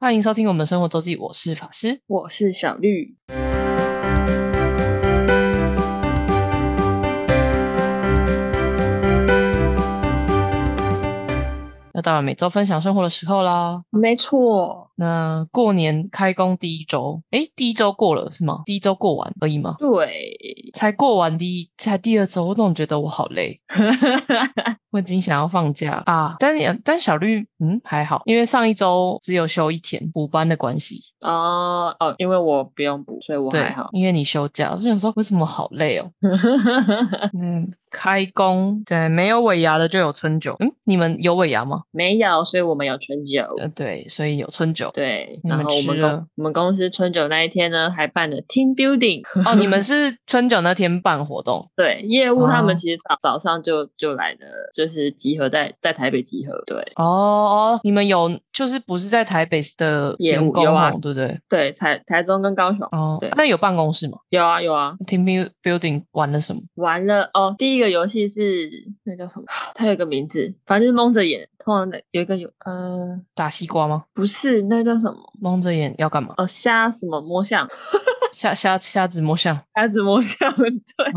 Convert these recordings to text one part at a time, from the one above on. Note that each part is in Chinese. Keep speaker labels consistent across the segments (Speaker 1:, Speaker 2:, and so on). Speaker 1: 欢迎收听我们的生活周记，我是法师。
Speaker 2: 我是小绿。
Speaker 1: 又到了每周分享生活的时候啦。
Speaker 2: 没错，
Speaker 1: 那过年开工第一周，诶，第一周过了是吗？第一周过完而已吗？
Speaker 2: 对，
Speaker 1: 才过完第一，才第二周，我总觉得我好累，我已经想要放假了啊。但也但小绿，嗯，还好，因为上一周只有休一天补班的关系，
Speaker 2: 哦哦，因为我不用补，所以我
Speaker 1: 对
Speaker 2: 还好，。
Speaker 1: 因为你休假，我就想说为什么好累 哦。嗯，开工对，没有尾牙的就有春酒，嗯，你们有尾牙吗？
Speaker 2: 没有，所以我们有春酒。
Speaker 1: 呃，对，所以有春酒。
Speaker 2: 对，
Speaker 1: 你
Speaker 2: 然
Speaker 1: 们
Speaker 2: 后我
Speaker 1: 吃
Speaker 2: 们
Speaker 1: 了
Speaker 2: 公我们公司春酒那一天呢，还办了 team building。
Speaker 1: 哦，你们是春酒那天办活动，
Speaker 2: 对，业务他
Speaker 1: 哦
Speaker 2: 们其实早、早上就就来了，就是集合在在台北集合。对
Speaker 1: 哦哦，你们有就是不是在台北的
Speaker 2: 业务
Speaker 1: 员工
Speaker 2: 有啊
Speaker 1: 吼对不对？
Speaker 2: 对，台台中跟高雄
Speaker 1: 哦
Speaker 2: 对，
Speaker 1: 那有办公室吗
Speaker 2: 有啊有啊。
Speaker 1: ？Team buil- Building 玩了什么？
Speaker 2: 完了哦，第一个游戏是那叫什么？它有一个名字，反正是蒙着眼。通常那有一个有呃，
Speaker 1: 打西瓜吗？
Speaker 2: 不是那叫什么？
Speaker 1: 蒙着眼要干嘛？
Speaker 2: 哦，瞎什么摸象，
Speaker 1: 瞎瞎瞎子摸象
Speaker 2: 瞎子摸象， 对。
Speaker 1: 嗯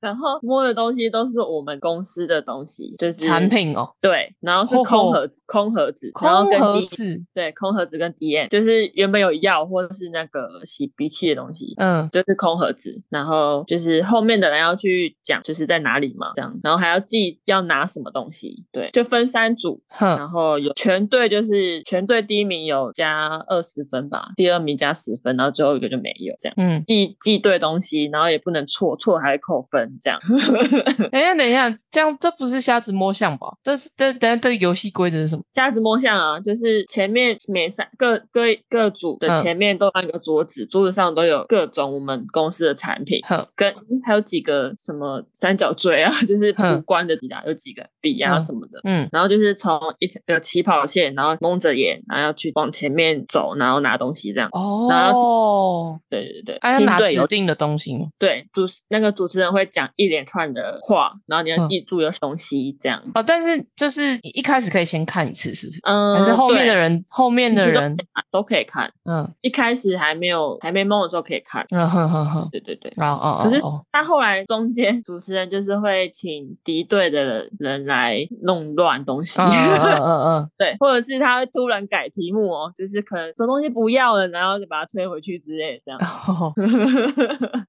Speaker 2: 然后摸的东西都是我们公司的东西，就是
Speaker 1: 产，品哦，
Speaker 2: 对。然后是
Speaker 1: 嚯
Speaker 2: 空
Speaker 1: 嚯
Speaker 2: 盒子，空盒子，
Speaker 1: 空
Speaker 2: 嗯然后跟
Speaker 1: 盒
Speaker 2: D-
Speaker 1: 子，
Speaker 2: 对，空盒子跟 DM，就是原本有药或者是那个洗鼻器的东西。
Speaker 1: 嗯，
Speaker 2: 就是空盒子，然后就是后面的人要去讲，就是在哪里嘛，这样，然后还要记要拿什么东西，对，就分三组，
Speaker 1: 哼，
Speaker 2: 然后有全队就是全队第一名有加二十分吧，第二名加十分，然后最后一个就没有这样。
Speaker 1: 嗯，
Speaker 2: 记记对东西，然后也不能错，错还会扣分，这样。
Speaker 1: 嗯等一下，等一下，这样这不是瞎子摸象吧？但是，但但这个游戏规则是什么？
Speaker 2: 瞎子摸象啊，就是前面每三各各各组的
Speaker 1: 嗯
Speaker 2: 前面都放一个桌子，桌子上都有各种我们公司的产品，
Speaker 1: 哼，
Speaker 2: 跟还有几个什么三角锥啊， 就是
Speaker 1: 嗯
Speaker 2: 无关的笔啊，有几个笔啊
Speaker 1: 嗯
Speaker 2: 什么的。
Speaker 1: 嗯，
Speaker 2: 然后就是从一条有起跑线，然后蒙着眼，然后要去往前面走，然后拿东西这样。然
Speaker 1: 哦，
Speaker 2: 对对对，
Speaker 1: 还、要
Speaker 2: 拼
Speaker 1: 拿
Speaker 2: 队
Speaker 1: 指
Speaker 2: 有
Speaker 1: 定的东西吗？
Speaker 2: 对主持那个主持人会讲一连串的话，然后你
Speaker 1: 嗯
Speaker 2: 要记住有东西这样。
Speaker 1: 哦，但是就是一开始可以先看一次，是不是？
Speaker 2: 嗯，
Speaker 1: 还是后面
Speaker 2: 对
Speaker 1: 的人，后面
Speaker 2: 其
Speaker 1: 的
Speaker 2: 实都
Speaker 1: 人
Speaker 2: 可，以看都可以看，
Speaker 1: 嗯
Speaker 2: 一开始还没有还没蒙的时候可以看。
Speaker 1: 嗯哼哼哼，
Speaker 2: 对对对。
Speaker 1: 然后哦
Speaker 2: 可是
Speaker 1: 哦 哦，
Speaker 2: 那后来中间 主持人就是会请敌对的人来弄乱东西，
Speaker 1: 嗯嗯嗯嗯嗯，
Speaker 2: 对，或者是他会突然改题目哦，就是可能什么东西不要了，然后就把它推回去之类的这样
Speaker 1: 然。后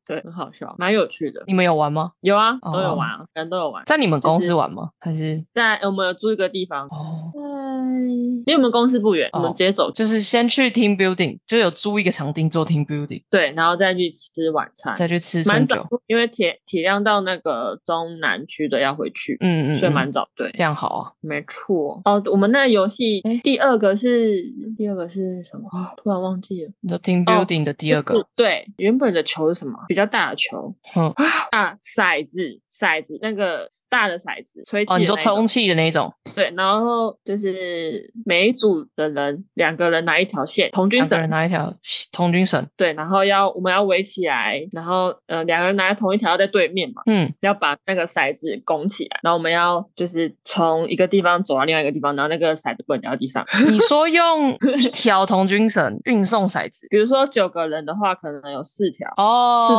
Speaker 2: 对，很好笑，蛮有趣的。
Speaker 1: 嗯 你们有玩吗？
Speaker 2: 有啊，
Speaker 1: 哦
Speaker 2: 都有玩啊，人都有玩。
Speaker 1: 在你们
Speaker 2: 就
Speaker 1: 公
Speaker 2: 是
Speaker 1: 司玩吗？还是
Speaker 2: 在我们有住一个地方，
Speaker 1: 哦，
Speaker 2: 嗯，离我们公司不远，我
Speaker 1: 哦
Speaker 2: 们直接走去。
Speaker 1: 就是先去 team building，就有租一个场地做 team building，
Speaker 2: 对，然后再去吃晚餐，
Speaker 1: 再去吃
Speaker 2: 蛮
Speaker 1: 春
Speaker 2: 早
Speaker 1: 酒，，
Speaker 2: 因为体体谅到那个中南区的要回去，
Speaker 1: 嗯嗯，
Speaker 2: 所以
Speaker 1: 嗯
Speaker 2: 蛮早。对，
Speaker 1: 这样好啊。
Speaker 2: 没错。哦，我们那游戏诶第二个是第二个是什么？突然忘记了。
Speaker 1: 你说 team building 的第二个，
Speaker 2: 哦对，原本的球是什么？比较大的球
Speaker 1: 嗯
Speaker 2: 啊，骰子，骰子那个大的骰子，吹气
Speaker 1: 哦，
Speaker 2: 的
Speaker 1: 你说
Speaker 2: 那一种
Speaker 1: 充气的那一种，
Speaker 2: 对，然后就是每一组的人两个人拿一条线，同军
Speaker 1: 两个人
Speaker 2: 绳
Speaker 1: 拿一条童军绳，
Speaker 2: 对，然后要我们要围起来，然后呃两个人拿同一条在对面嘛，
Speaker 1: 嗯，
Speaker 2: 要把那个骰子拱起来，然后我们要就是从一个地方走到另外一个地方，然后那个骰子不能掉到地上。
Speaker 1: 你 说用一条童军绳运送骰子，
Speaker 2: 比如说九个人的话，可能有四条，
Speaker 1: 哦，
Speaker 2: 是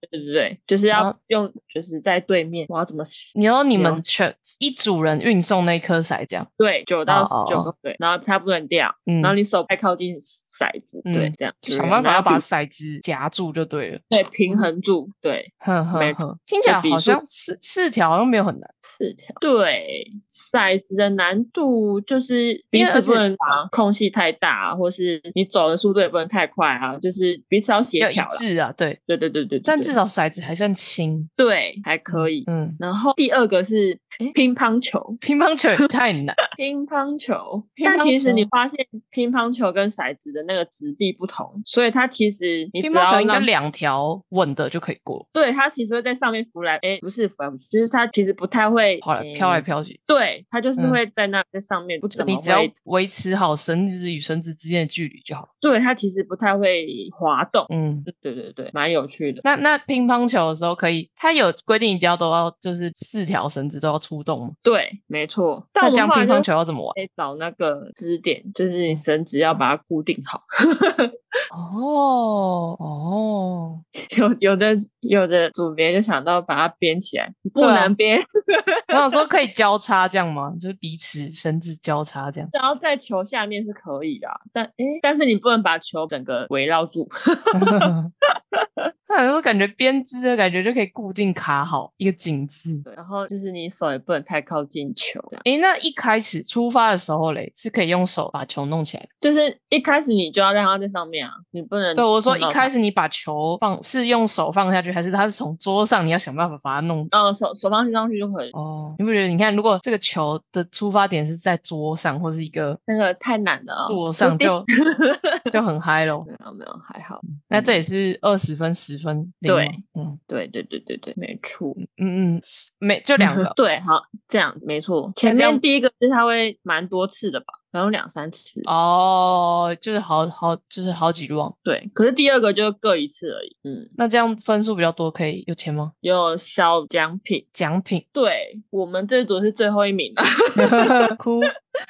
Speaker 2: 的对对对，就是
Speaker 1: 然
Speaker 2: 要
Speaker 1: 后
Speaker 2: 用就是在对面，我要怎么
Speaker 1: 你说你
Speaker 2: 有
Speaker 1: 们全一组人运送那颗骰，这样
Speaker 2: 对九到十
Speaker 1: 哦
Speaker 2: 九
Speaker 1: 哦
Speaker 2: 个对，然后它不能掉，
Speaker 1: 嗯
Speaker 2: 然后你手太靠近骰子，对
Speaker 1: 嗯，
Speaker 2: 这样
Speaker 1: 就
Speaker 2: 对
Speaker 1: 想办
Speaker 2: 然
Speaker 1: 法
Speaker 2: 后
Speaker 1: 要把
Speaker 2: 比
Speaker 1: 骰子夹住就对了。
Speaker 2: 对平衡住，对
Speaker 1: 哼
Speaker 2: 没
Speaker 1: 哼
Speaker 2: 错
Speaker 1: 哼，听起来
Speaker 2: 就比
Speaker 1: 好
Speaker 2: 数
Speaker 1: 像四四条好像没有很难，
Speaker 2: 四条，对骰子的难度就是
Speaker 1: 因
Speaker 2: 彼
Speaker 1: 为而
Speaker 2: 此不
Speaker 1: 且
Speaker 2: 能把空隙太大，或是你走的速度也不能太快啊，就是彼此要协
Speaker 1: 要一
Speaker 2: 调啦。
Speaker 1: 致啊，对。
Speaker 2: 对对对对，对
Speaker 1: 但
Speaker 2: 对
Speaker 1: 至少骰子还算轻，
Speaker 2: 对还可以。
Speaker 1: 嗯，
Speaker 2: 然后第二个是诶乒乓球，
Speaker 1: 乒乓球也太难，
Speaker 2: 乒乓球，
Speaker 1: 乒
Speaker 2: 但
Speaker 1: 乓
Speaker 2: 其实你
Speaker 1: 球
Speaker 2: 发现乒乓球跟骰子的那个质地不同，所以它其实你只
Speaker 1: 乒乓球
Speaker 2: 要
Speaker 1: 应该
Speaker 2: 让
Speaker 1: 两条稳的就可以过，
Speaker 2: 对它其实会在上面浮来，哎，不是浮来浮去，就是它其实不太会
Speaker 1: 跑来飘来。
Speaker 2: 诶
Speaker 1: 飘去，
Speaker 2: 对，它就是
Speaker 1: 嗯
Speaker 2: 会在那在上面，不怎么
Speaker 1: 你只要
Speaker 2: 会。
Speaker 1: 维持好绳子与绳子之间的距离就好了。
Speaker 2: 对，它其实不太会滑动。
Speaker 1: 嗯，
Speaker 2: 对对对，蛮有趣的。
Speaker 1: 那那乒乓球的时候可以，它有规定一定要都要就是四条绳子都要出动吗？
Speaker 2: 对，没错。但
Speaker 1: 那
Speaker 2: 我
Speaker 1: 这
Speaker 2: 们
Speaker 1: 样
Speaker 2: 后来
Speaker 1: 乒
Speaker 2: 就
Speaker 1: 乓球要怎么玩？
Speaker 2: 可以找那个支点，就是你绳子要把它固定好。
Speaker 1: 哦哦，
Speaker 2: 有有的有的组别就想到把它编起来，不
Speaker 1: 对啊
Speaker 2: 能编，
Speaker 1: 我想说可以交叉这样吗？就是彼此绳子交叉这样。
Speaker 2: 然后在球下面是可以的啊，但诶，但是你不能把球整个围绕住。
Speaker 1: 那我感觉编织的感觉就可以固定卡好一个紧字。
Speaker 2: 对，然后就是你手也不能太靠近球，这样
Speaker 1: 诶，那一开始出发的时候嘞，是可以用手把球弄起来的。
Speaker 2: 就是一开始你就要让它在上面啊，你不能
Speaker 1: 对，我说
Speaker 2: 碰
Speaker 1: 一
Speaker 2: 到
Speaker 1: 开
Speaker 2: 它。
Speaker 1: 始你把球放是用手放下去，还是它是从桌上你要想办法把它弄？
Speaker 2: 嗯，手手放上去就可以，
Speaker 1: 哦，你不觉得？你看，如果这个球的出发点是在桌上或是一个
Speaker 2: 那个太难了啊、
Speaker 1: 桌上
Speaker 2: 定
Speaker 1: 就就很嗨咯。
Speaker 2: 没有没有还好，
Speaker 1: 那这也是二十分、十分，零
Speaker 2: 对
Speaker 1: 吗，嗯
Speaker 2: 对对对对对，没错。，
Speaker 1: 嗯嗯，没就两个
Speaker 2: 对，好，这样没错。前
Speaker 1: 这样
Speaker 2: 面第一个就是它会蛮多次的吧，可能两三次。
Speaker 1: 哦，就是好好就是好几浪。
Speaker 2: 对，可是第二个就各一次而已。嗯，
Speaker 1: 那这样分数比较多，可以有钱吗？
Speaker 2: 有小奖品。
Speaker 1: 奖品
Speaker 2: 对我们这组是最后一名了，
Speaker 1: 哭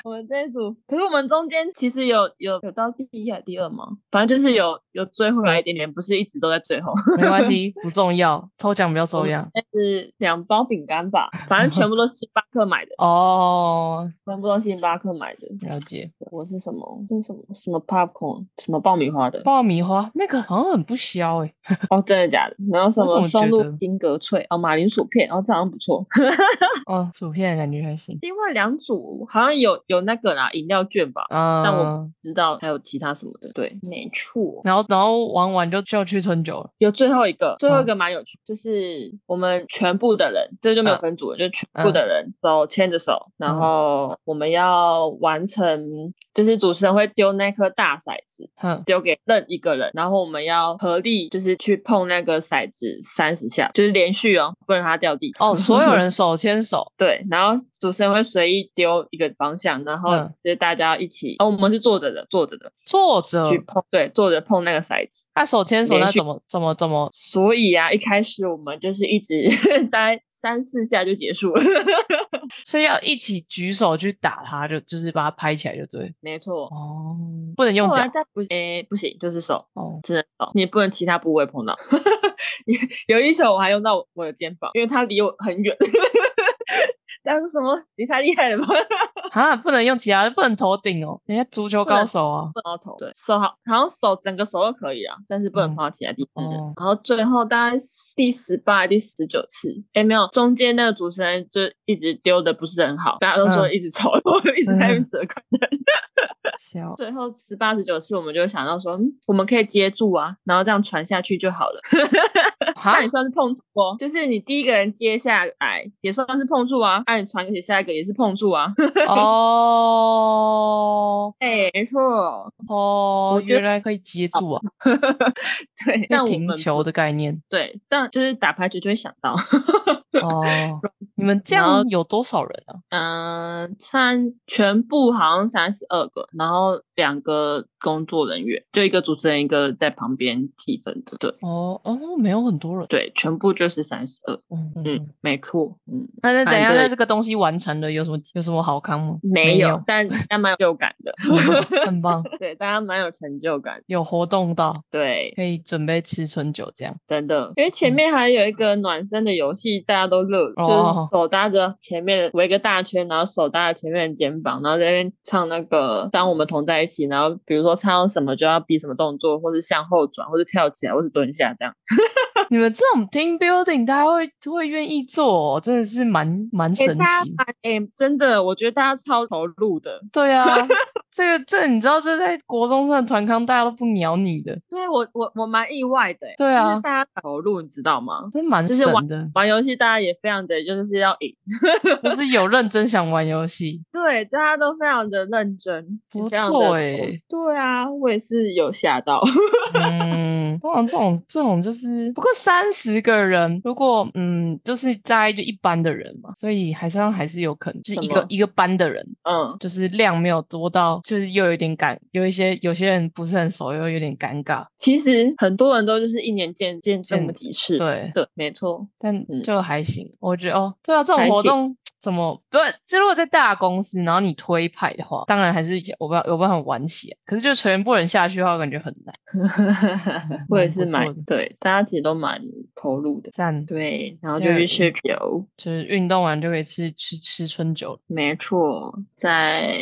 Speaker 2: 我们这一组，可是我们中间其实有有有到第一还是第二吗？反正就是有有追回来一点点，不是一直都在最后。
Speaker 1: 没关系，不重要，抽奖比较重要。，
Speaker 2: 但是两包饼干吧，反正全部都是星巴克买的
Speaker 1: 哦，
Speaker 2: 全部都是星巴克买的。
Speaker 1: 了解。
Speaker 2: 我是什么？是什么什么 popcorn，什么爆米花的？
Speaker 1: 爆米花那个好像很不消哎、
Speaker 2: 哦，真的假的？然后什
Speaker 1: 我怎
Speaker 2: 么
Speaker 1: 么觉
Speaker 2: 松露
Speaker 1: 得
Speaker 2: 金格脆，哦，马铃薯片，哦，这好像不错。
Speaker 1: 哦，薯片感觉还行。
Speaker 2: 另外两组好像有有那个啦，饮料券吧，
Speaker 1: 嗯，
Speaker 2: 但我不知道还有其他什么的。对，没错。
Speaker 1: 然后然后玩完就就要去春酒了。
Speaker 2: 有最后一个，最后一
Speaker 1: 嗯
Speaker 2: 个蛮有趣，就是我们全部的人，这就没有
Speaker 1: 嗯
Speaker 2: 分组了，就全部的人都牵着手，然
Speaker 1: 嗯
Speaker 2: 后我们要完成，就是主持人会丢那颗大骰子，
Speaker 1: 哼，
Speaker 2: 丢给任一个人，然后我们要合力就是去碰那个骰子三十下，就是连续哦，不能让它掉地。，
Speaker 1: 哦，所有人手牵手
Speaker 2: 对，然后主持人会随意丢一个方向，然后
Speaker 1: 嗯
Speaker 2: 就是大家一起，哦，我们是坐着的，坐着的
Speaker 1: 坐着
Speaker 2: 去，碰，对，坐着碰那个骰子。
Speaker 1: 那手牵手
Speaker 2: 连
Speaker 1: 那
Speaker 2: 续
Speaker 1: 怎么怎么怎么？
Speaker 2: 所以啊，一开始我们就是一直 待三四下就结束了。
Speaker 1: 所以要一起举手去打它，就就是把它拍起来就对。
Speaker 2: 没错，
Speaker 1: 哦，不能用
Speaker 2: 后来
Speaker 1: 脚
Speaker 2: 但不，诶、不行，就是手，
Speaker 1: 哦，
Speaker 2: 只能手，你不能其他部位碰到。 有一球我还用到我的肩膀，因为它离我很远。 但是什么？你太厉害了吧！
Speaker 1: 啊，不能用其他，不能头顶哦，人家足球
Speaker 2: 不能
Speaker 1: 高手啊。
Speaker 2: 碰到头，对手好，好像手整个手都可以啊，但是不能
Speaker 1: 嗯
Speaker 2: 碰到其他地方。
Speaker 1: 哦
Speaker 2: 然后最后大概第十八、第十九次，哎，没有，中间那个主持人就一直丢的不是很好，大家都说
Speaker 1: 嗯
Speaker 2: 一直丑， 我一直在那边
Speaker 1: 嗯
Speaker 2: 责怪他。
Speaker 1: 笑
Speaker 2: 最后十八、十九次，我们就想到说，嗯，我们可以接住啊，然后这样传下去就好了。
Speaker 1: 哈
Speaker 2: 那你，算是碰触哦，就是你第一个人接下来也算是碰触啊，那、你传给下一个也是碰触啊。
Speaker 1: 哦
Speaker 2: 哎，没错，
Speaker 1: 哦，
Speaker 2: 觉得
Speaker 1: 原来可以接住啊，
Speaker 2: 对，
Speaker 1: 那
Speaker 2: 但我
Speaker 1: 停
Speaker 2: 们
Speaker 1: 球的概念
Speaker 2: 对，但就是打排球就会想到。
Speaker 1: 哦。你们这
Speaker 2: 然后
Speaker 1: 样有多少人啊？
Speaker 2: 嗯，参全部好像三十二个，然后两个工作人员，就一个主持人，一个在旁边记分的。对
Speaker 1: 哦哦，没有很多人。
Speaker 2: 对，全部就是三十二。
Speaker 1: 嗯嗯嗯
Speaker 2: 嗯，没错。嗯，
Speaker 1: 那是
Speaker 2: 反
Speaker 1: 怎样
Speaker 2: 正
Speaker 1: 在这个东西完成了有什么有什么好看吗？
Speaker 2: 没有
Speaker 1: 有，，
Speaker 2: 但但蛮有就感的。
Speaker 1: 很棒，
Speaker 2: 对，大家蛮有成就感。
Speaker 1: 有活动到
Speaker 2: 对，
Speaker 1: 可以准备吃春酒这样。
Speaker 2: 真的，嗯因为前面还有一个暖身的游戏，大家都乐，
Speaker 1: 哦
Speaker 2: 就是手搭着前面的围个大圈，然后手搭着前面的肩膀，然后在那边唱那个“当我们同在一起”，然后比如说唱到什么就要比什么动作，或是向后转，或是跳起来，或是蹲下这样。
Speaker 1: 你们这种 team building，大家会会愿意做、哦，真的是蛮蛮
Speaker 2: 哎、
Speaker 1: 神
Speaker 2: 大家
Speaker 1: 奇的。
Speaker 2: 蛮哎、真的，我觉得大家超投入的。
Speaker 1: 对啊，这个这你知道，这在国中生的团康，大家都不鸟你的，
Speaker 2: 对我我我蛮意外的、欸，
Speaker 1: 对
Speaker 2: 就是
Speaker 1: 啊
Speaker 2: 大家投入，你知道吗？
Speaker 1: 真蛮
Speaker 2: 就是
Speaker 1: 神的。
Speaker 2: 玩游戏大家也非常的就是要赢，
Speaker 1: 就是有认真想玩游戏，
Speaker 2: 对，大家都非常的认真，也
Speaker 1: 不
Speaker 2: 非常的
Speaker 1: 错
Speaker 2: 投
Speaker 1: 欸
Speaker 2: 对啊，我也是有吓到。
Speaker 1: 嗯，通常这种这种就是，不过三十个人，如果嗯，就是大概就一般的人嘛，所以还是还是有可能，就是
Speaker 2: 什
Speaker 1: 一个
Speaker 2: 么
Speaker 1: 一个班的人，
Speaker 2: 嗯，
Speaker 1: 就是量没有多到，就是又有点尴，有一些有些人不是很熟，又有点尴尬，
Speaker 2: 其实很多人都就是一年见见这么
Speaker 1: 见
Speaker 2: 几次，
Speaker 1: 对，
Speaker 2: 对，没错，
Speaker 1: 但
Speaker 2: 嗯
Speaker 1: 就还行，我觉得哦，对啊，这种
Speaker 2: 还
Speaker 1: 活
Speaker 2: 行
Speaker 1: 动怎么不？这如果在大公司，然后你推派的话，当然还是我办有办法玩起来。可是就全部人下去的话，感觉很难。
Speaker 2: 我也是
Speaker 1: 蛮
Speaker 2: 蛮
Speaker 1: 不错的
Speaker 2: 对，大家其实都蛮投入的。
Speaker 1: 赞，
Speaker 2: 对，然后就
Speaker 1: 对
Speaker 2: 去吃酒，
Speaker 1: 就是运动完就可以吃吃吃春酒。
Speaker 2: 没错，再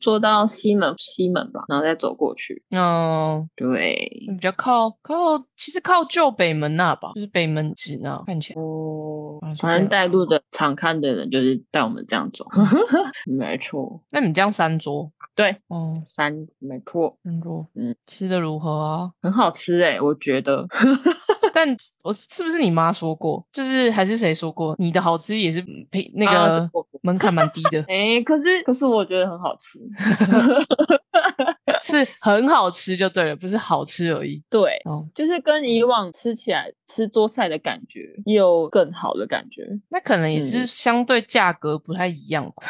Speaker 2: 坐到西门西门吧，然后再走过去。哦
Speaker 1: 嗯，
Speaker 2: 对，
Speaker 1: 比较靠靠，其实靠旧北门那吧，就是北门指那看起来。
Speaker 2: 哦
Speaker 1: 啊是这
Speaker 2: 反正
Speaker 1: 样
Speaker 2: 带路的常看的人就是带我们这样走， 没错，
Speaker 1: 那你这样三桌，
Speaker 2: 对，
Speaker 1: 哦、
Speaker 2: 三没错，
Speaker 1: 三桌，
Speaker 2: 嗯
Speaker 1: 嗯，吃的如何啊？
Speaker 2: 很好吃哎、我觉得
Speaker 1: 但我是不是你妈说过？就是还是谁说过？你的好吃也是嗯平那
Speaker 2: 啊
Speaker 1: 个
Speaker 2: 我，
Speaker 1: 门槛蛮低的
Speaker 2: 哎、可是可是我觉得很好吃，
Speaker 1: 是很好吃就对了，不是好吃而已。
Speaker 2: 对，
Speaker 1: 哦，
Speaker 2: 就是跟以往吃起来吃桌菜的感觉又更好的感觉，
Speaker 1: 那可能也是
Speaker 2: 嗯
Speaker 1: 相对价格不太一样吧。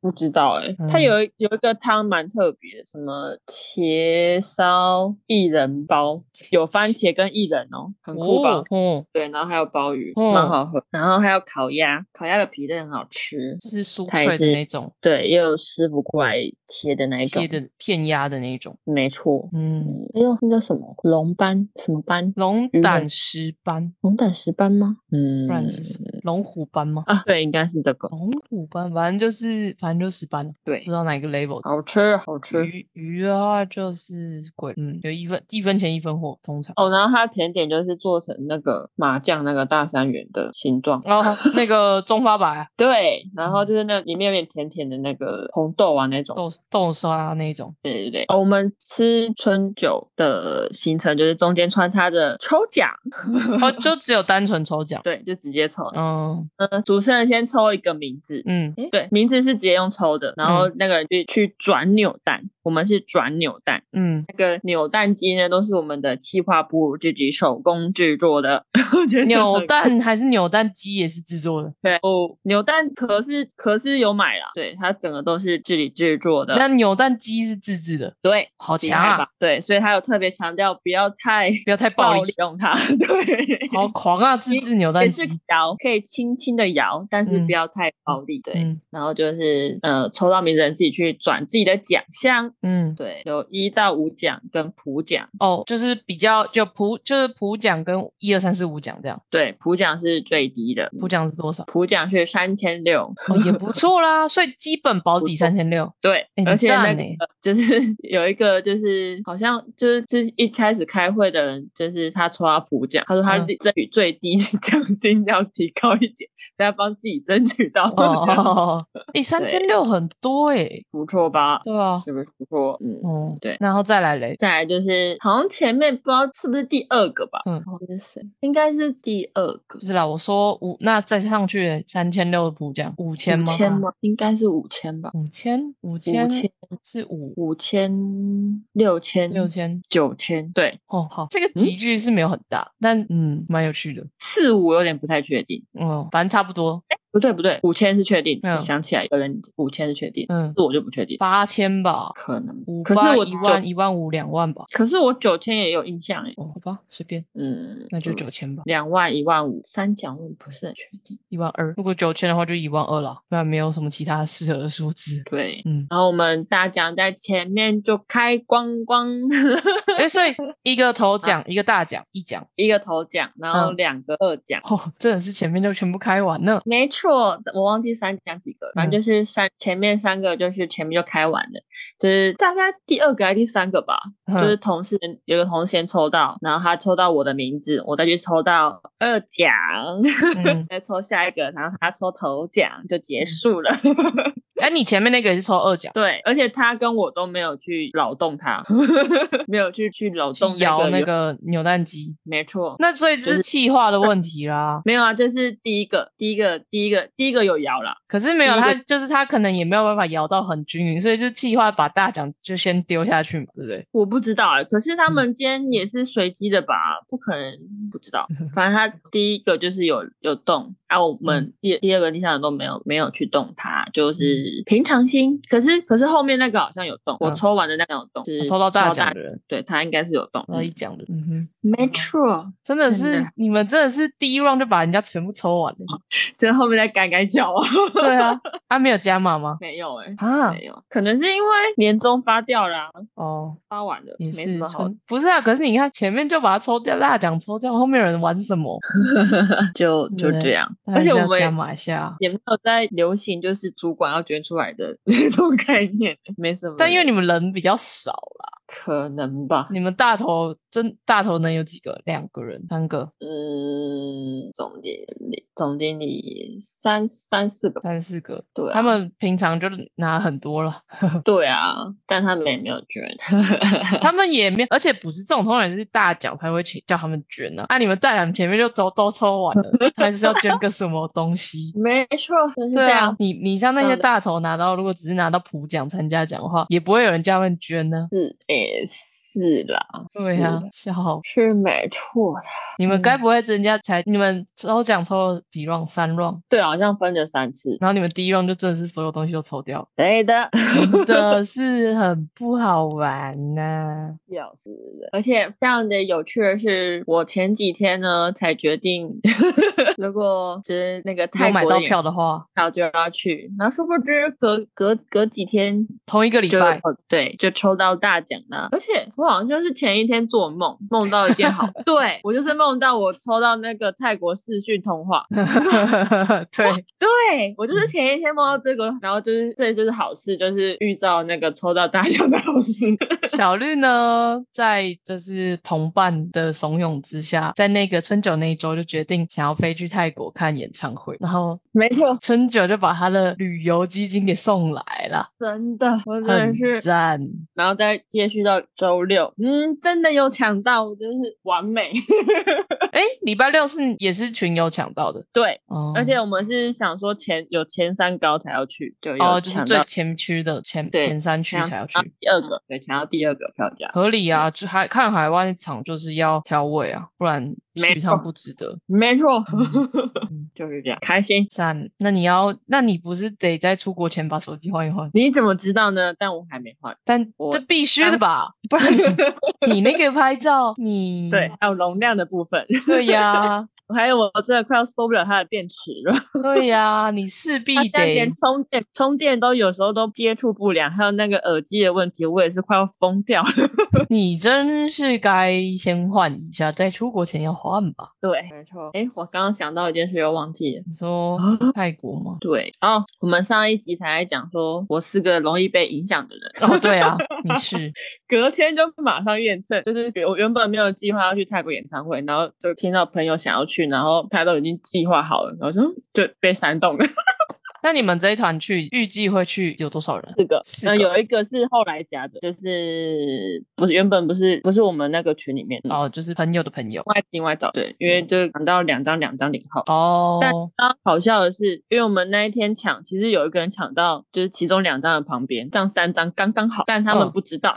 Speaker 2: 不知道哎、它
Speaker 1: 嗯
Speaker 2: 有一有一个汤蛮特别的，什么茄烧薏仁包，有番茄跟薏仁哦，很酷吧？
Speaker 1: 哦，哦
Speaker 2: 对，然后还有鲍鱼，
Speaker 1: 嗯
Speaker 2: 蛮好喝。然后还有烤鸭，烤鸭的皮真的很好吃。
Speaker 1: 是酥
Speaker 2: 它也
Speaker 1: 脆
Speaker 2: 是
Speaker 1: 的那种，
Speaker 2: 对，也有师傅过来切的那一种
Speaker 1: 切，的片压的那种。
Speaker 2: 没错。
Speaker 1: 嗯，
Speaker 2: 嗯，哎嗯呦，那叫什么龙斑？什么斑？
Speaker 1: 龙
Speaker 2: 鱼
Speaker 1: 胆
Speaker 2: 尾
Speaker 1: 石斑，
Speaker 2: 龙胆石斑吗？嗯，
Speaker 1: 不然是什么？龙虎斑吗？
Speaker 2: 啊，对，应该是这个。
Speaker 1: 龙虎斑，反正就是反正就石斑，
Speaker 2: 对
Speaker 1: 不知，道哪一个 level 的。
Speaker 2: 好吃，好吃。
Speaker 1: 鱼鱼的话就是贵，嗯，有一分一分钱一分货，通常。
Speaker 2: 哦，然后它的甜点就是做成那个麻酱那个大三元的形状，
Speaker 1: 然后那个中发白、啊、
Speaker 2: 对，然后就是那里面有点甜甜的那个红豆啊那种，
Speaker 1: 豆豆沙那一种，
Speaker 2: 对对对，哦我们吃春酒的行程就是中间穿插着抽奖，
Speaker 1: 哦，就只有单纯抽奖。
Speaker 2: 对，就直接抽。
Speaker 1: 嗯
Speaker 2: 嗯，主持人先抽一个名字，
Speaker 1: 嗯，
Speaker 2: 诶对，名字是直接用抽的，然后那个人就去转扭蛋，我们是转扭蛋，
Speaker 1: 嗯，
Speaker 2: 那个扭蛋机呢都是我们的企划部自己手工制作的， 我觉得
Speaker 1: 扭
Speaker 2: 很
Speaker 1: 蛋还是扭蛋机也是制作的，
Speaker 2: 对哦，扭蛋壳是壳是有买啦，对，它整个都是自己制作的，
Speaker 1: 那扭蛋机是自制的，
Speaker 2: 对，
Speaker 1: 好
Speaker 2: 嗯厉
Speaker 1: 强
Speaker 2: 害
Speaker 1: 啊！
Speaker 2: 吧？对，所以他有特别强调不要太。
Speaker 1: 不要太暴
Speaker 2: 暴
Speaker 1: 力
Speaker 2: 力，用它，对，
Speaker 1: 好狂啊！自
Speaker 2: 你
Speaker 1: 制扭蛋
Speaker 2: 也
Speaker 1: 机
Speaker 2: 是，摇，可以轻轻的摇，但是不
Speaker 1: 嗯
Speaker 2: 要太暴力，对。
Speaker 1: 嗯
Speaker 2: 然后就是呃，抽到名人自己去转自己的奖项，
Speaker 1: 嗯，
Speaker 2: 对，有一到五奖跟普奖，
Speaker 1: 哦，就是比较就普就是普奖跟一二三四五奖这样，
Speaker 2: 对，普奖是最低的，
Speaker 1: 普奖是多少？
Speaker 2: 普奖是三千六，
Speaker 1: 哦，也不错啦，所以基本保底三 千六。
Speaker 2: 对，
Speaker 1: 欸
Speaker 2: 而
Speaker 1: 很
Speaker 2: 且那
Speaker 1: 赞
Speaker 2: 个
Speaker 1: 欸
Speaker 2: 就是 有一个就是好像就是之一开始开会的人，就是他抽到普奖，他说他
Speaker 1: 嗯
Speaker 2: 争取最低奖金要提高一点，所以他帮自己争取到，
Speaker 1: 哦，
Speaker 2: 啊
Speaker 1: 诶，三千六很多诶、
Speaker 2: 不错吧？
Speaker 1: 对啊，
Speaker 2: 是不是不错？嗯。
Speaker 1: 嗯，
Speaker 2: 对
Speaker 1: 然后再来嘞，
Speaker 2: 再来就是，好像前面不知道是不是第二个吧？
Speaker 1: 嗯
Speaker 2: 忘记是谁，应该是第二个
Speaker 1: 不，是啦，我说五，那再上去三千六的普奖，五千
Speaker 2: 五
Speaker 1: 吗？
Speaker 2: 千吗？应该是五千吧，
Speaker 1: 五千？五千？
Speaker 2: 五千、
Speaker 1: 是五
Speaker 2: 五千、六千、
Speaker 1: 六千？
Speaker 2: 九千，对，
Speaker 1: 哦，好，这
Speaker 2: 嗯
Speaker 1: 个集距是没有很大，但嗯，蛮有趣的。
Speaker 2: 四五有点不太确定，
Speaker 1: 嗯，反正差不多。
Speaker 2: 不对不对，五千是确定，我
Speaker 1: 嗯
Speaker 2: 想起来有人五千是确定，
Speaker 1: 嗯，
Speaker 2: 四我就不确定，
Speaker 1: 八千吧，
Speaker 2: 可能
Speaker 1: 五，
Speaker 2: 可是
Speaker 1: 八
Speaker 2: 我
Speaker 1: 一
Speaker 2: 九
Speaker 1: 万一万五两万吧。
Speaker 2: 可是我九千也有印象哎，
Speaker 1: 哦，好吧，随便，
Speaker 2: 嗯，
Speaker 1: 那就
Speaker 2: 嗯
Speaker 1: 九千吧，
Speaker 2: 两万一万五三奖我也不是很确定，
Speaker 1: 一万二。如果九千的话，就一万二了，不然没有什么其他适合的数字。
Speaker 2: 对。
Speaker 1: 嗯，
Speaker 2: 然后我们大奖在前面就开光光，
Speaker 1: 哎、所以一个头奖，一个大奖，一奖，
Speaker 2: 一个头奖，然后
Speaker 1: 嗯
Speaker 2: 两个二奖。
Speaker 1: 哦，真的是前面就全部开完了。
Speaker 2: 没错，我忘记三奖几个了，反正
Speaker 1: 嗯
Speaker 2: 就是三、前面三个就是前面就开完了，就是大概第二个还是第三个吧，
Speaker 1: 就
Speaker 2: 就是同事有个同事先抽到，然后他抽到我的名字，我再去抽到二奖，
Speaker 1: 嗯，
Speaker 2: 再抽下一个，然后他抽头奖就结束了。
Speaker 1: 哎、你前面那个也是抽二奖，
Speaker 2: 对，而且他跟我都没有去劳动他， 没有去去劳
Speaker 1: 去
Speaker 2: 动
Speaker 1: 摇那
Speaker 2: 那个原，
Speaker 1: 个扭蛋机，
Speaker 2: 没错。
Speaker 1: 那所以这是气化的问题啦。
Speaker 2: 没有啊，就是第一个，第一个，第一个，第一个有摇啦，
Speaker 1: 可是没有，
Speaker 2: 第一
Speaker 1: 他
Speaker 2: 个
Speaker 1: 就是他可能也没有办法摇到很均匀，所以就气化把大奖就先丢下去嘛，对不对？
Speaker 2: 我不知道哎、可是他
Speaker 1: 嗯
Speaker 2: 们今天 也是随机的吧？不可能不知道，反正他第一个就是有有动，啊，
Speaker 1: 嗯
Speaker 2: 我们第第二个、第三个都没有没有去动它，就是平常心。可是可是后面那个好像有动，我
Speaker 1: 嗯
Speaker 2: 抽完的那个有动，就是
Speaker 1: 抽到大奖的人，
Speaker 2: 对它应该是有动。
Speaker 1: 抽到一奖的人，嗯哼，
Speaker 2: 没错，
Speaker 1: 真的
Speaker 2: 真的
Speaker 1: 是你们真的是第一 round 就把人家全部抽完了，
Speaker 2: 就是后面再改改脚啊，
Speaker 1: 对啊，啊没有加码吗？
Speaker 2: 没有哎、
Speaker 1: 啊
Speaker 2: 没有，可能是因为年终发掉啦、
Speaker 1: 哦，
Speaker 2: 发完了，
Speaker 1: 也
Speaker 2: 没什
Speaker 1: 是
Speaker 2: 么好，
Speaker 1: 春不是啊？可是你看前面就把它抽掉，大奖抽掉，后面有人玩什么？
Speaker 2: 就就
Speaker 1: 对
Speaker 2: 这样。
Speaker 1: 当
Speaker 2: 而
Speaker 1: 然
Speaker 2: 且
Speaker 1: 是
Speaker 2: 我
Speaker 1: 要
Speaker 2: 们
Speaker 1: 加
Speaker 2: 也
Speaker 1: 码一下。
Speaker 2: 也没有在流行，就是主管要捐出来的 那种概念，没什么人。
Speaker 1: 但因为你们人比较少啦，
Speaker 2: 可能吧，
Speaker 1: 你们大头真大头能有几个？两个人，三个，
Speaker 2: 嗯，总经理总经理三三四个吧，
Speaker 1: 三四个。
Speaker 2: 对啊
Speaker 1: 他们平常就拿很多了，
Speaker 2: 对啊，但他们也没有捐，？
Speaker 1: 他们也没有，而且不是这种，通常是大奖才会请叫他们捐呢、啊。你们大奖前面就都都抽完了，他还是要捐个什么东西
Speaker 2: 没错，就是这
Speaker 1: 对啊
Speaker 2: 样，，
Speaker 1: 你你像那
Speaker 2: 这
Speaker 1: 些
Speaker 2: 样的
Speaker 1: 大头拿到，如果只是拿到普奖参加奖的话，也不会有人叫他们捐呢、
Speaker 2: 是诶、是啦，
Speaker 1: 对啊
Speaker 2: 是
Speaker 1: 呀、
Speaker 2: 的
Speaker 1: 笑。
Speaker 2: 是没错的，
Speaker 1: 你们该
Speaker 2: 嗯
Speaker 1: 不会人家才你们抽奖抽了几 round 三 round，
Speaker 2: 对，好像分了三次，
Speaker 1: 然后你们第一 round 就真的是所有东西都抽掉，
Speaker 2: 对的，
Speaker 1: 真的是很不好玩呐、
Speaker 2: 要死人！而且非常的有趣的是，我前几天呢才决定， 如果就是那个泰
Speaker 1: 有
Speaker 2: 国
Speaker 1: 买
Speaker 2: 的
Speaker 1: 到
Speaker 2: 演
Speaker 1: 票的话，
Speaker 2: 票就要去，然后殊不知隔隔隔几天
Speaker 1: 同一个礼
Speaker 2: 就
Speaker 1: 拜
Speaker 2: 哦对，就抽到大奖了。而且我好像就是前一天做梦，梦到一件 好，对我就是梦到我抽到那个泰国视讯 通话，
Speaker 1: 对，
Speaker 2: 对我就是
Speaker 1: 嗯
Speaker 2: 前一天梦到这个，然后就是这就是好事，就是预兆那个抽到大奖的好 事。
Speaker 1: 小绿呢，在就是同伴的怂恿之下，在那个春酒那一周就决定想要飞去泰国看演唱会，然后
Speaker 2: 没错，
Speaker 1: 春酒就把他的旅游基金给送来了，
Speaker 2: 真的，我真的
Speaker 1: 很
Speaker 2: 是
Speaker 1: 赞。
Speaker 2: 然后再接续到周六，嗯，真的有抢到，我真是完美。
Speaker 1: 哎，礼拜六是也是群友抢到的，
Speaker 2: 对，
Speaker 1: 哦
Speaker 2: 而且我们是想说前有前三高才要去，就有
Speaker 1: 哦，就是
Speaker 2: 抢
Speaker 1: 最
Speaker 2: 到
Speaker 1: 前区的前
Speaker 2: 对
Speaker 1: 前三区
Speaker 2: 抢
Speaker 1: 才要去
Speaker 2: 到，第二个，对，抢到第二个票价，
Speaker 1: 合理啊。就还看海外场就是要调位啊，不然
Speaker 2: 没
Speaker 1: 去一趟
Speaker 2: 错
Speaker 1: 不值得。
Speaker 2: 没错，
Speaker 1: 嗯
Speaker 2: 就是这样，开心。
Speaker 1: 赞，那你要，那你不是得在出国前把手机换一换？
Speaker 2: 你怎么知道呢？但我还没换，
Speaker 1: 但
Speaker 2: 我
Speaker 1: 这必须的吧， 不然你你那个拍照，你
Speaker 2: 对，还有容量的部分，
Speaker 1: 对呀，
Speaker 2: 还有我真的快要受不了它的电池了，
Speaker 1: 对呀，你势必
Speaker 2: 它现在连
Speaker 1: 得。
Speaker 2: 充电充电都有时候都接触不良，还有那个耳机的问题，我也是快要疯掉了。
Speaker 1: 你真是该先换一下，在出国前要换吧？
Speaker 2: 对，没错。哎，我刚刚想到一件事又忘记 了。
Speaker 1: 你说
Speaker 2: 哦
Speaker 1: 泰国吗？
Speaker 2: 对，哦，我们上一集才在讲说我是个容易被影响的人，
Speaker 1: 哦，对啊，你 是
Speaker 2: 隔天就马上验证，就是我原本没有计划要去泰国演唱会，然后就听到朋友想要去，然后他都已经计划好了，然后就嗯就被煽 动了。
Speaker 1: 那你们这一团去预计会去有多少人？
Speaker 2: 四个，
Speaker 1: 四
Speaker 2: 那
Speaker 1: 个
Speaker 2: 呃有一个是后来加的，就是不是原本不是不是我们那个群里面，哦，
Speaker 1: 哦，就是朋友的朋友
Speaker 2: 另外另外找对，因为就抢到两张两张零号。但
Speaker 1: 哦，
Speaker 2: 刚好笑的是，因为我们那一天抢，其实有一个人抢到，就是其中两张的旁边，这样三张刚刚好，但他们
Speaker 1: 嗯
Speaker 2: 不知道，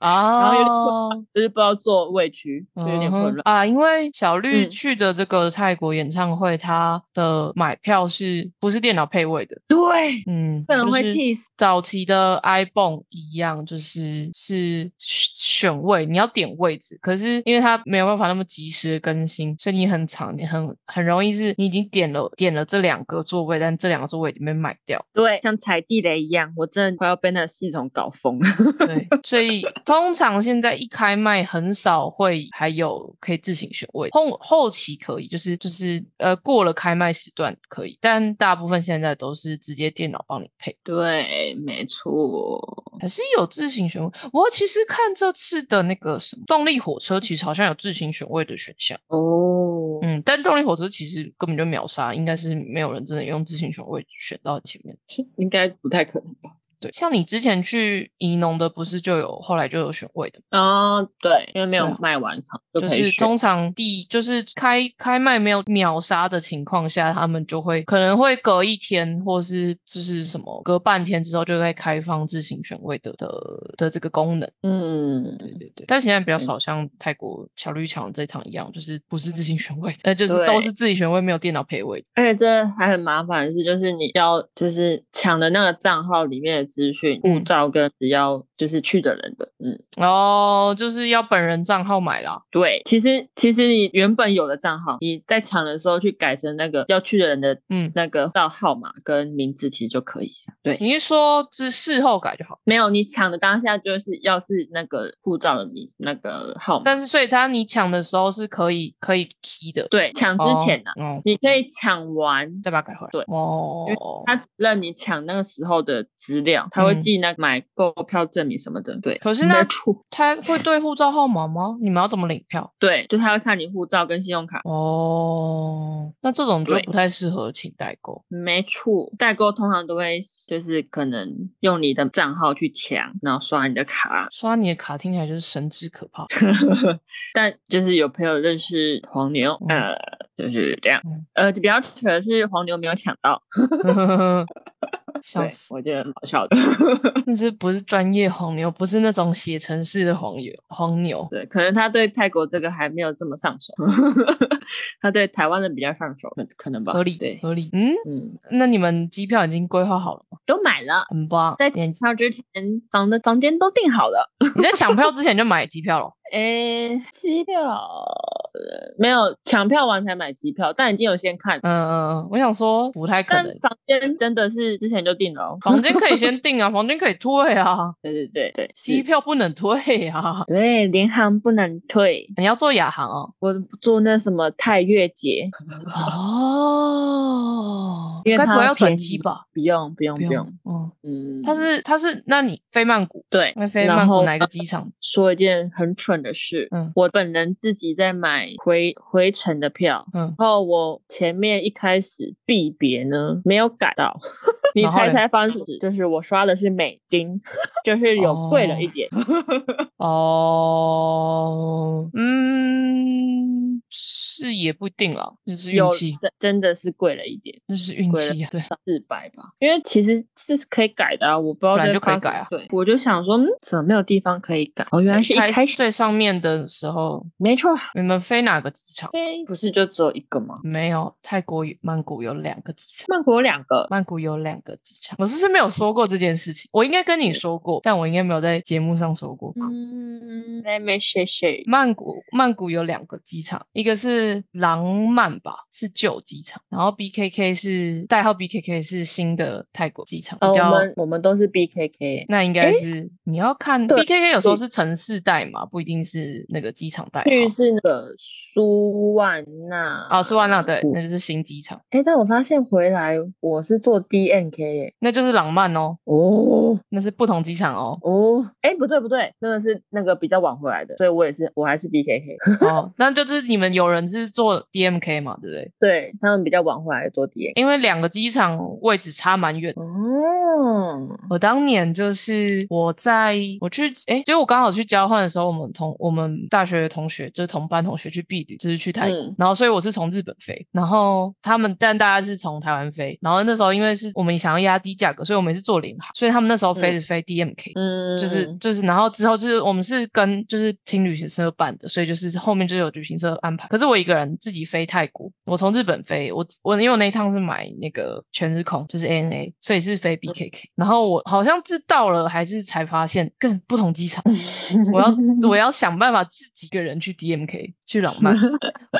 Speaker 2: 然后有点
Speaker 1: 哦，
Speaker 2: 就是不知道座位区，就有点混
Speaker 1: 嗯
Speaker 2: 乱。
Speaker 1: 哼啊！因为小绿
Speaker 2: 嗯
Speaker 1: 去的这个泰国演唱会，他的买票是不是电脑配位的？
Speaker 2: 对，
Speaker 1: 嗯，
Speaker 2: 不然
Speaker 1: 就
Speaker 2: 会
Speaker 1: 是
Speaker 2: 气死
Speaker 1: 早期的 iPhone 一样，就是是选选位，你要点位置，可是因为它没有办法那么及时地更新，所以你很长，你很很容易是你已经点了点了这两个座位，但这两个座位里面买掉。
Speaker 2: 对，像踩地雷一样，我真的快要被那个系统搞疯了。
Speaker 1: 对，所以通常现在一开麦很少会还有可以自行选位，后后期可以，就是就是呃过了开麦时段可以，但大部分现在都是直接电脑帮你配，
Speaker 2: 对，没错，
Speaker 1: 还是有自行选位。我其实看这次的那个什么动力火车，其实好像有自行选位的选项，
Speaker 2: 哦，
Speaker 1: 嗯，但动力火车其实根本就秒杀，应该是没有人真的用自行选位选到前面。
Speaker 2: 应该不太可能吧？
Speaker 1: 对，像你之前去宜农的，不是就有后来就有选位的吗。
Speaker 2: 哦，对，因为没有
Speaker 1: 对啊
Speaker 2: 卖完卡就
Speaker 1: 就
Speaker 2: 可以
Speaker 1: 是
Speaker 2: 选
Speaker 1: 通常第就是开开麦没有秒杀的情况下，他们就会可能会隔一天，或是就是什么隔半天之后就会开放自行选位的的的这个功能。
Speaker 2: 嗯，
Speaker 1: 对对对。但现在比较少像泰国小绿场这场一样，就是不是自行选位的，呃，就是都
Speaker 2: 对
Speaker 1: 是自己选位，没有电脑配位的。
Speaker 2: 而且这还很麻烦的是，就是你要就是抢的那个账号里面的资讯、护
Speaker 1: 嗯
Speaker 2: 照跟只要就是去的人的，嗯，
Speaker 1: 哦，就是要本人账号买啦。
Speaker 2: 对。其实其实你原本有的账号，你在抢的时候去改成那个要去的人的
Speaker 1: 嗯，
Speaker 2: 那个到号码跟名字，其实就可以了。对，
Speaker 1: 你是说之事后改就好？
Speaker 2: 没有你抢的当下就是要是那个护照的名那个号码，
Speaker 1: 但是所以他你抢的时候是可以可以 key 的，
Speaker 2: 对，抢之前呢、
Speaker 1: 哦，哦
Speaker 2: 你可以抢完
Speaker 1: 再把它改回来。
Speaker 2: 对因为
Speaker 1: 哦，
Speaker 2: 他只让你抢那个时候的资料，他会
Speaker 1: 嗯
Speaker 2: 寄那买购票证明什么的。对，
Speaker 1: 可是那
Speaker 2: 没错
Speaker 1: 他会对护照号码吗？你们要怎么领票？
Speaker 2: 对，就他会看你护照跟信用卡。
Speaker 1: 哦，那这种就
Speaker 2: 对
Speaker 1: 不太适合请代购。
Speaker 2: 没错，代购通常都会就是可能用你的账号去抢，然后刷你的卡。
Speaker 1: 刷你的卡听起来就是神之可 怕。
Speaker 2: 但就是有朋友认识黄牛，
Speaker 1: 嗯
Speaker 2: 呃，就是这样
Speaker 1: 嗯。
Speaker 2: 呃，比较扯的是黄牛没有抢到，
Speaker 1: 笑
Speaker 2: 对
Speaker 1: 死！
Speaker 2: 我觉得很好笑的。
Speaker 1: 那这不是专业黄牛，不是那种写程式的黄牛。黄牛
Speaker 2: 对，可能他对泰国这个还没有这么上手， 他对台湾的比较上手，可能吧？
Speaker 1: 合理
Speaker 2: 对，
Speaker 1: 合理。嗯，
Speaker 2: 嗯，
Speaker 1: 那你们机票已经规划好了吗？
Speaker 2: 都买了，
Speaker 1: 很棒。
Speaker 2: 在
Speaker 1: 你
Speaker 2: 订票之前房的房间都订好了。
Speaker 1: 你在抢票之前就买机票了？
Speaker 2: 诶，机票呃没有抢票完才买机票，但已经有先看，
Speaker 1: 嗯嗯嗯，我想说不太可
Speaker 2: 但
Speaker 1: 能。
Speaker 2: 房间真的是之前就订了、哦。
Speaker 1: 房间可以先订啊，房间可以退啊，
Speaker 2: 对对对对，是
Speaker 1: 机票不能退啊。
Speaker 2: 对联航不能退，
Speaker 1: 你要做亚航哦。
Speaker 2: 我做那什么泰越节，
Speaker 1: 哦，
Speaker 2: 因为
Speaker 1: 该不
Speaker 2: 它
Speaker 1: 会要转
Speaker 2: 便
Speaker 1: 机
Speaker 2: 宜
Speaker 1: 吧？
Speaker 2: 不用不用不用，，
Speaker 1: 嗯，
Speaker 2: 嗯，
Speaker 1: 他是他是，那你飞曼谷，
Speaker 2: 对
Speaker 1: 会，飞曼
Speaker 2: 然
Speaker 1: 谷
Speaker 2: 后
Speaker 1: 哪一个机场？
Speaker 2: 说一件很蠢的事，
Speaker 1: 嗯
Speaker 2: 我本人自己在买回回程的票，
Speaker 1: 嗯，
Speaker 2: 然后我前面一开始币别呢没有改到， 你
Speaker 1: 然后
Speaker 2: 猜
Speaker 1: 嘞
Speaker 2: 猜发生什么事？就是我刷的是美金， 就是有贵了一
Speaker 1: 哦
Speaker 2: 点。
Speaker 1: 哦，嗯，是也不一定啦，这是运
Speaker 2: 有
Speaker 1: 气，
Speaker 2: 真真的是贵了一点，
Speaker 1: 这是运
Speaker 2: 贵了
Speaker 1: 气啊，对，
Speaker 2: 四百吧，因为其实是可以改的啊，我不知道
Speaker 1: 本来
Speaker 2: 这
Speaker 1: 就可以
Speaker 2: 发生
Speaker 1: 改啊
Speaker 2: 对，我就想说，嗯，怎么没有地方可以改？哦，原来是一
Speaker 1: 在
Speaker 2: 开始，
Speaker 1: 最上面的时候，
Speaker 2: 没错，
Speaker 1: 你们飞哪个机场？
Speaker 2: 哎，不是就只有一个吗？
Speaker 1: 没有，泰国有曼谷有两个机场。
Speaker 2: 曼谷有两个，
Speaker 1: 曼谷有两个机场，我是不是没有说过这件事情？我应该跟你说过，但我应该没有在节目上说过。
Speaker 2: 嗯，那没谁谁，
Speaker 1: 曼谷曼谷有两个机场，一个是廊曼吧，是旧机场，然后 BKK 是代号 BKK 是新的泰国机场，
Speaker 2: 哦，
Speaker 1: 比较、
Speaker 2: 我们我们都是 BKK，
Speaker 1: 那应该是你要看
Speaker 2: 对
Speaker 1: BKK 有时候
Speaker 2: 对
Speaker 1: 是城市代码，不一定是那个机场代
Speaker 2: 去
Speaker 1: 号。
Speaker 2: 是那个苏万那，
Speaker 1: 哦，苏万那对，
Speaker 2: 谷
Speaker 1: 那就是新机场，
Speaker 2: 哎，但我发现回来我是坐 DNK 耶，
Speaker 1: 那就是廊曼哦，
Speaker 2: 哦。
Speaker 1: 那是不同机场哦
Speaker 2: 哦，哎，不对不对，那个是那个比较晚回来的，所以我也是我还是 BKK，
Speaker 1: 哦，那就是你们有人是坐 DMK 嘛，对不对？
Speaker 2: 对他们比较晚回来坐 DNK，
Speaker 1: 因为两个机场位置差蛮远的。
Speaker 2: 哦，
Speaker 1: 我当年就是我在我去诶，就是我刚好去交换的时候，我们同我们大学的同学就是同班同学去避旅，就是去泰国，
Speaker 2: 嗯
Speaker 1: 然后所以我是从日本飞，然后他们但大家是从台湾飞，然后那时候因为是我们想要压低价格，所以我们也是做联航，所以他们那时候飞
Speaker 2: 嗯
Speaker 1: 是飞 DMK，、
Speaker 2: 嗯，
Speaker 1: 就是就是，然后之后就是我们是跟就是听旅行社办的，所以就是后面就有旅行社安排。可是我一个人自己飞泰国，我从日本飞，我我因为我那一趟是买那个全日空，就是 ANA，所以是飞 BKK。然后我好像知道了，还是才发现更不同机场，我要我要想办法自己一个人去 DMK 去浪漫。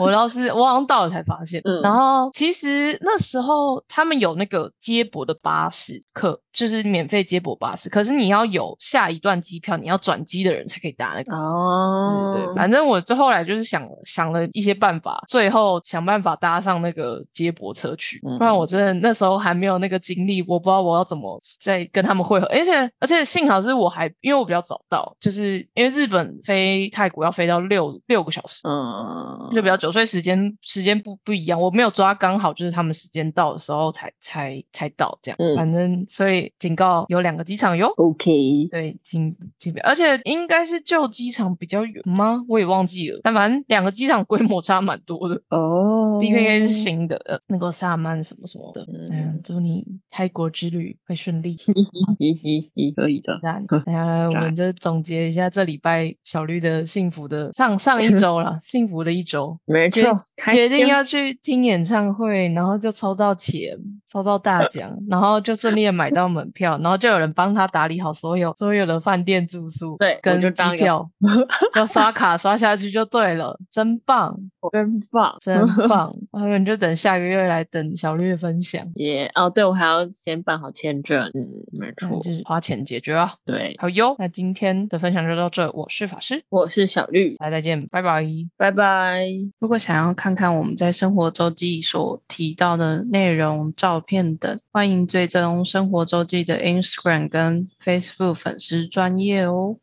Speaker 1: 我倒是我好像到了才发现。
Speaker 2: 嗯
Speaker 1: 然后其实那时候他们有那个接驳的巴士客，就是免费接驳巴士，可是你要有下一段机票，你要转机的人才可以搭那个。
Speaker 2: 哦，
Speaker 1: 对，反正我最后来就是想想了一些办法，最后想办法搭上那个接驳车去，
Speaker 2: 嗯
Speaker 1: 不然我真的那时候还没有那个精力，我不知道我要怎么再跟他们会合。而且而且幸好是我还因为我比较早到，就是因为日本飞泰国要飞到六六个小时，
Speaker 2: 嗯，
Speaker 1: 就比较久，所以时间时间不不一样，我没有抓刚好，就是他们时间到的时候才才才到这样。
Speaker 2: 嗯
Speaker 1: 反正所以以警告有两个机场哟。
Speaker 2: OK，
Speaker 1: 对，警警，而且应该是旧机场比较远吗？我也忘记了，但反正两个机场规模差蛮多的。
Speaker 2: 哦
Speaker 1: B K K 是新的，呃那个萨曼什么什么的。
Speaker 2: 嗯
Speaker 1: 嗯，祝你泰国之旅会顺 利。
Speaker 2: 嘿嘿嘿，可以的。
Speaker 1: 那接下 来我们就总结一下这礼拜小绿的幸福的上 上一周啦，幸福的一周。
Speaker 2: 没
Speaker 1: 决
Speaker 2: 错， 开
Speaker 1: 决定
Speaker 2: 心
Speaker 1: 要去听演唱会，然后就抽到钱，抽到大奖，然后就顺利的买到门票，然后就有人帮他打理好所有所有的饭店住宿，
Speaker 2: 对我
Speaker 1: 跟
Speaker 2: 就
Speaker 1: 机
Speaker 2: 当一个
Speaker 1: 票，要刷卡刷下去就对了，真棒，
Speaker 2: 真棒
Speaker 1: 真棒！然后你就等下个月来等小绿的分享，
Speaker 2: 耶！哦，对，我还要先办好签证。嗯，没
Speaker 1: 那
Speaker 2: 错，
Speaker 1: 就是花钱解决啊。
Speaker 2: 对。
Speaker 1: 好哟，那今天的分享就到这，我是法师，
Speaker 2: 我是小绿，
Speaker 1: 大家再见，拜拜。
Speaker 2: 拜拜。
Speaker 1: 如果想要看看我们在生活周记所提到的内容、照片等，欢迎追踪生活周记的 Instagram 跟 Facebook 粉丝专业哦。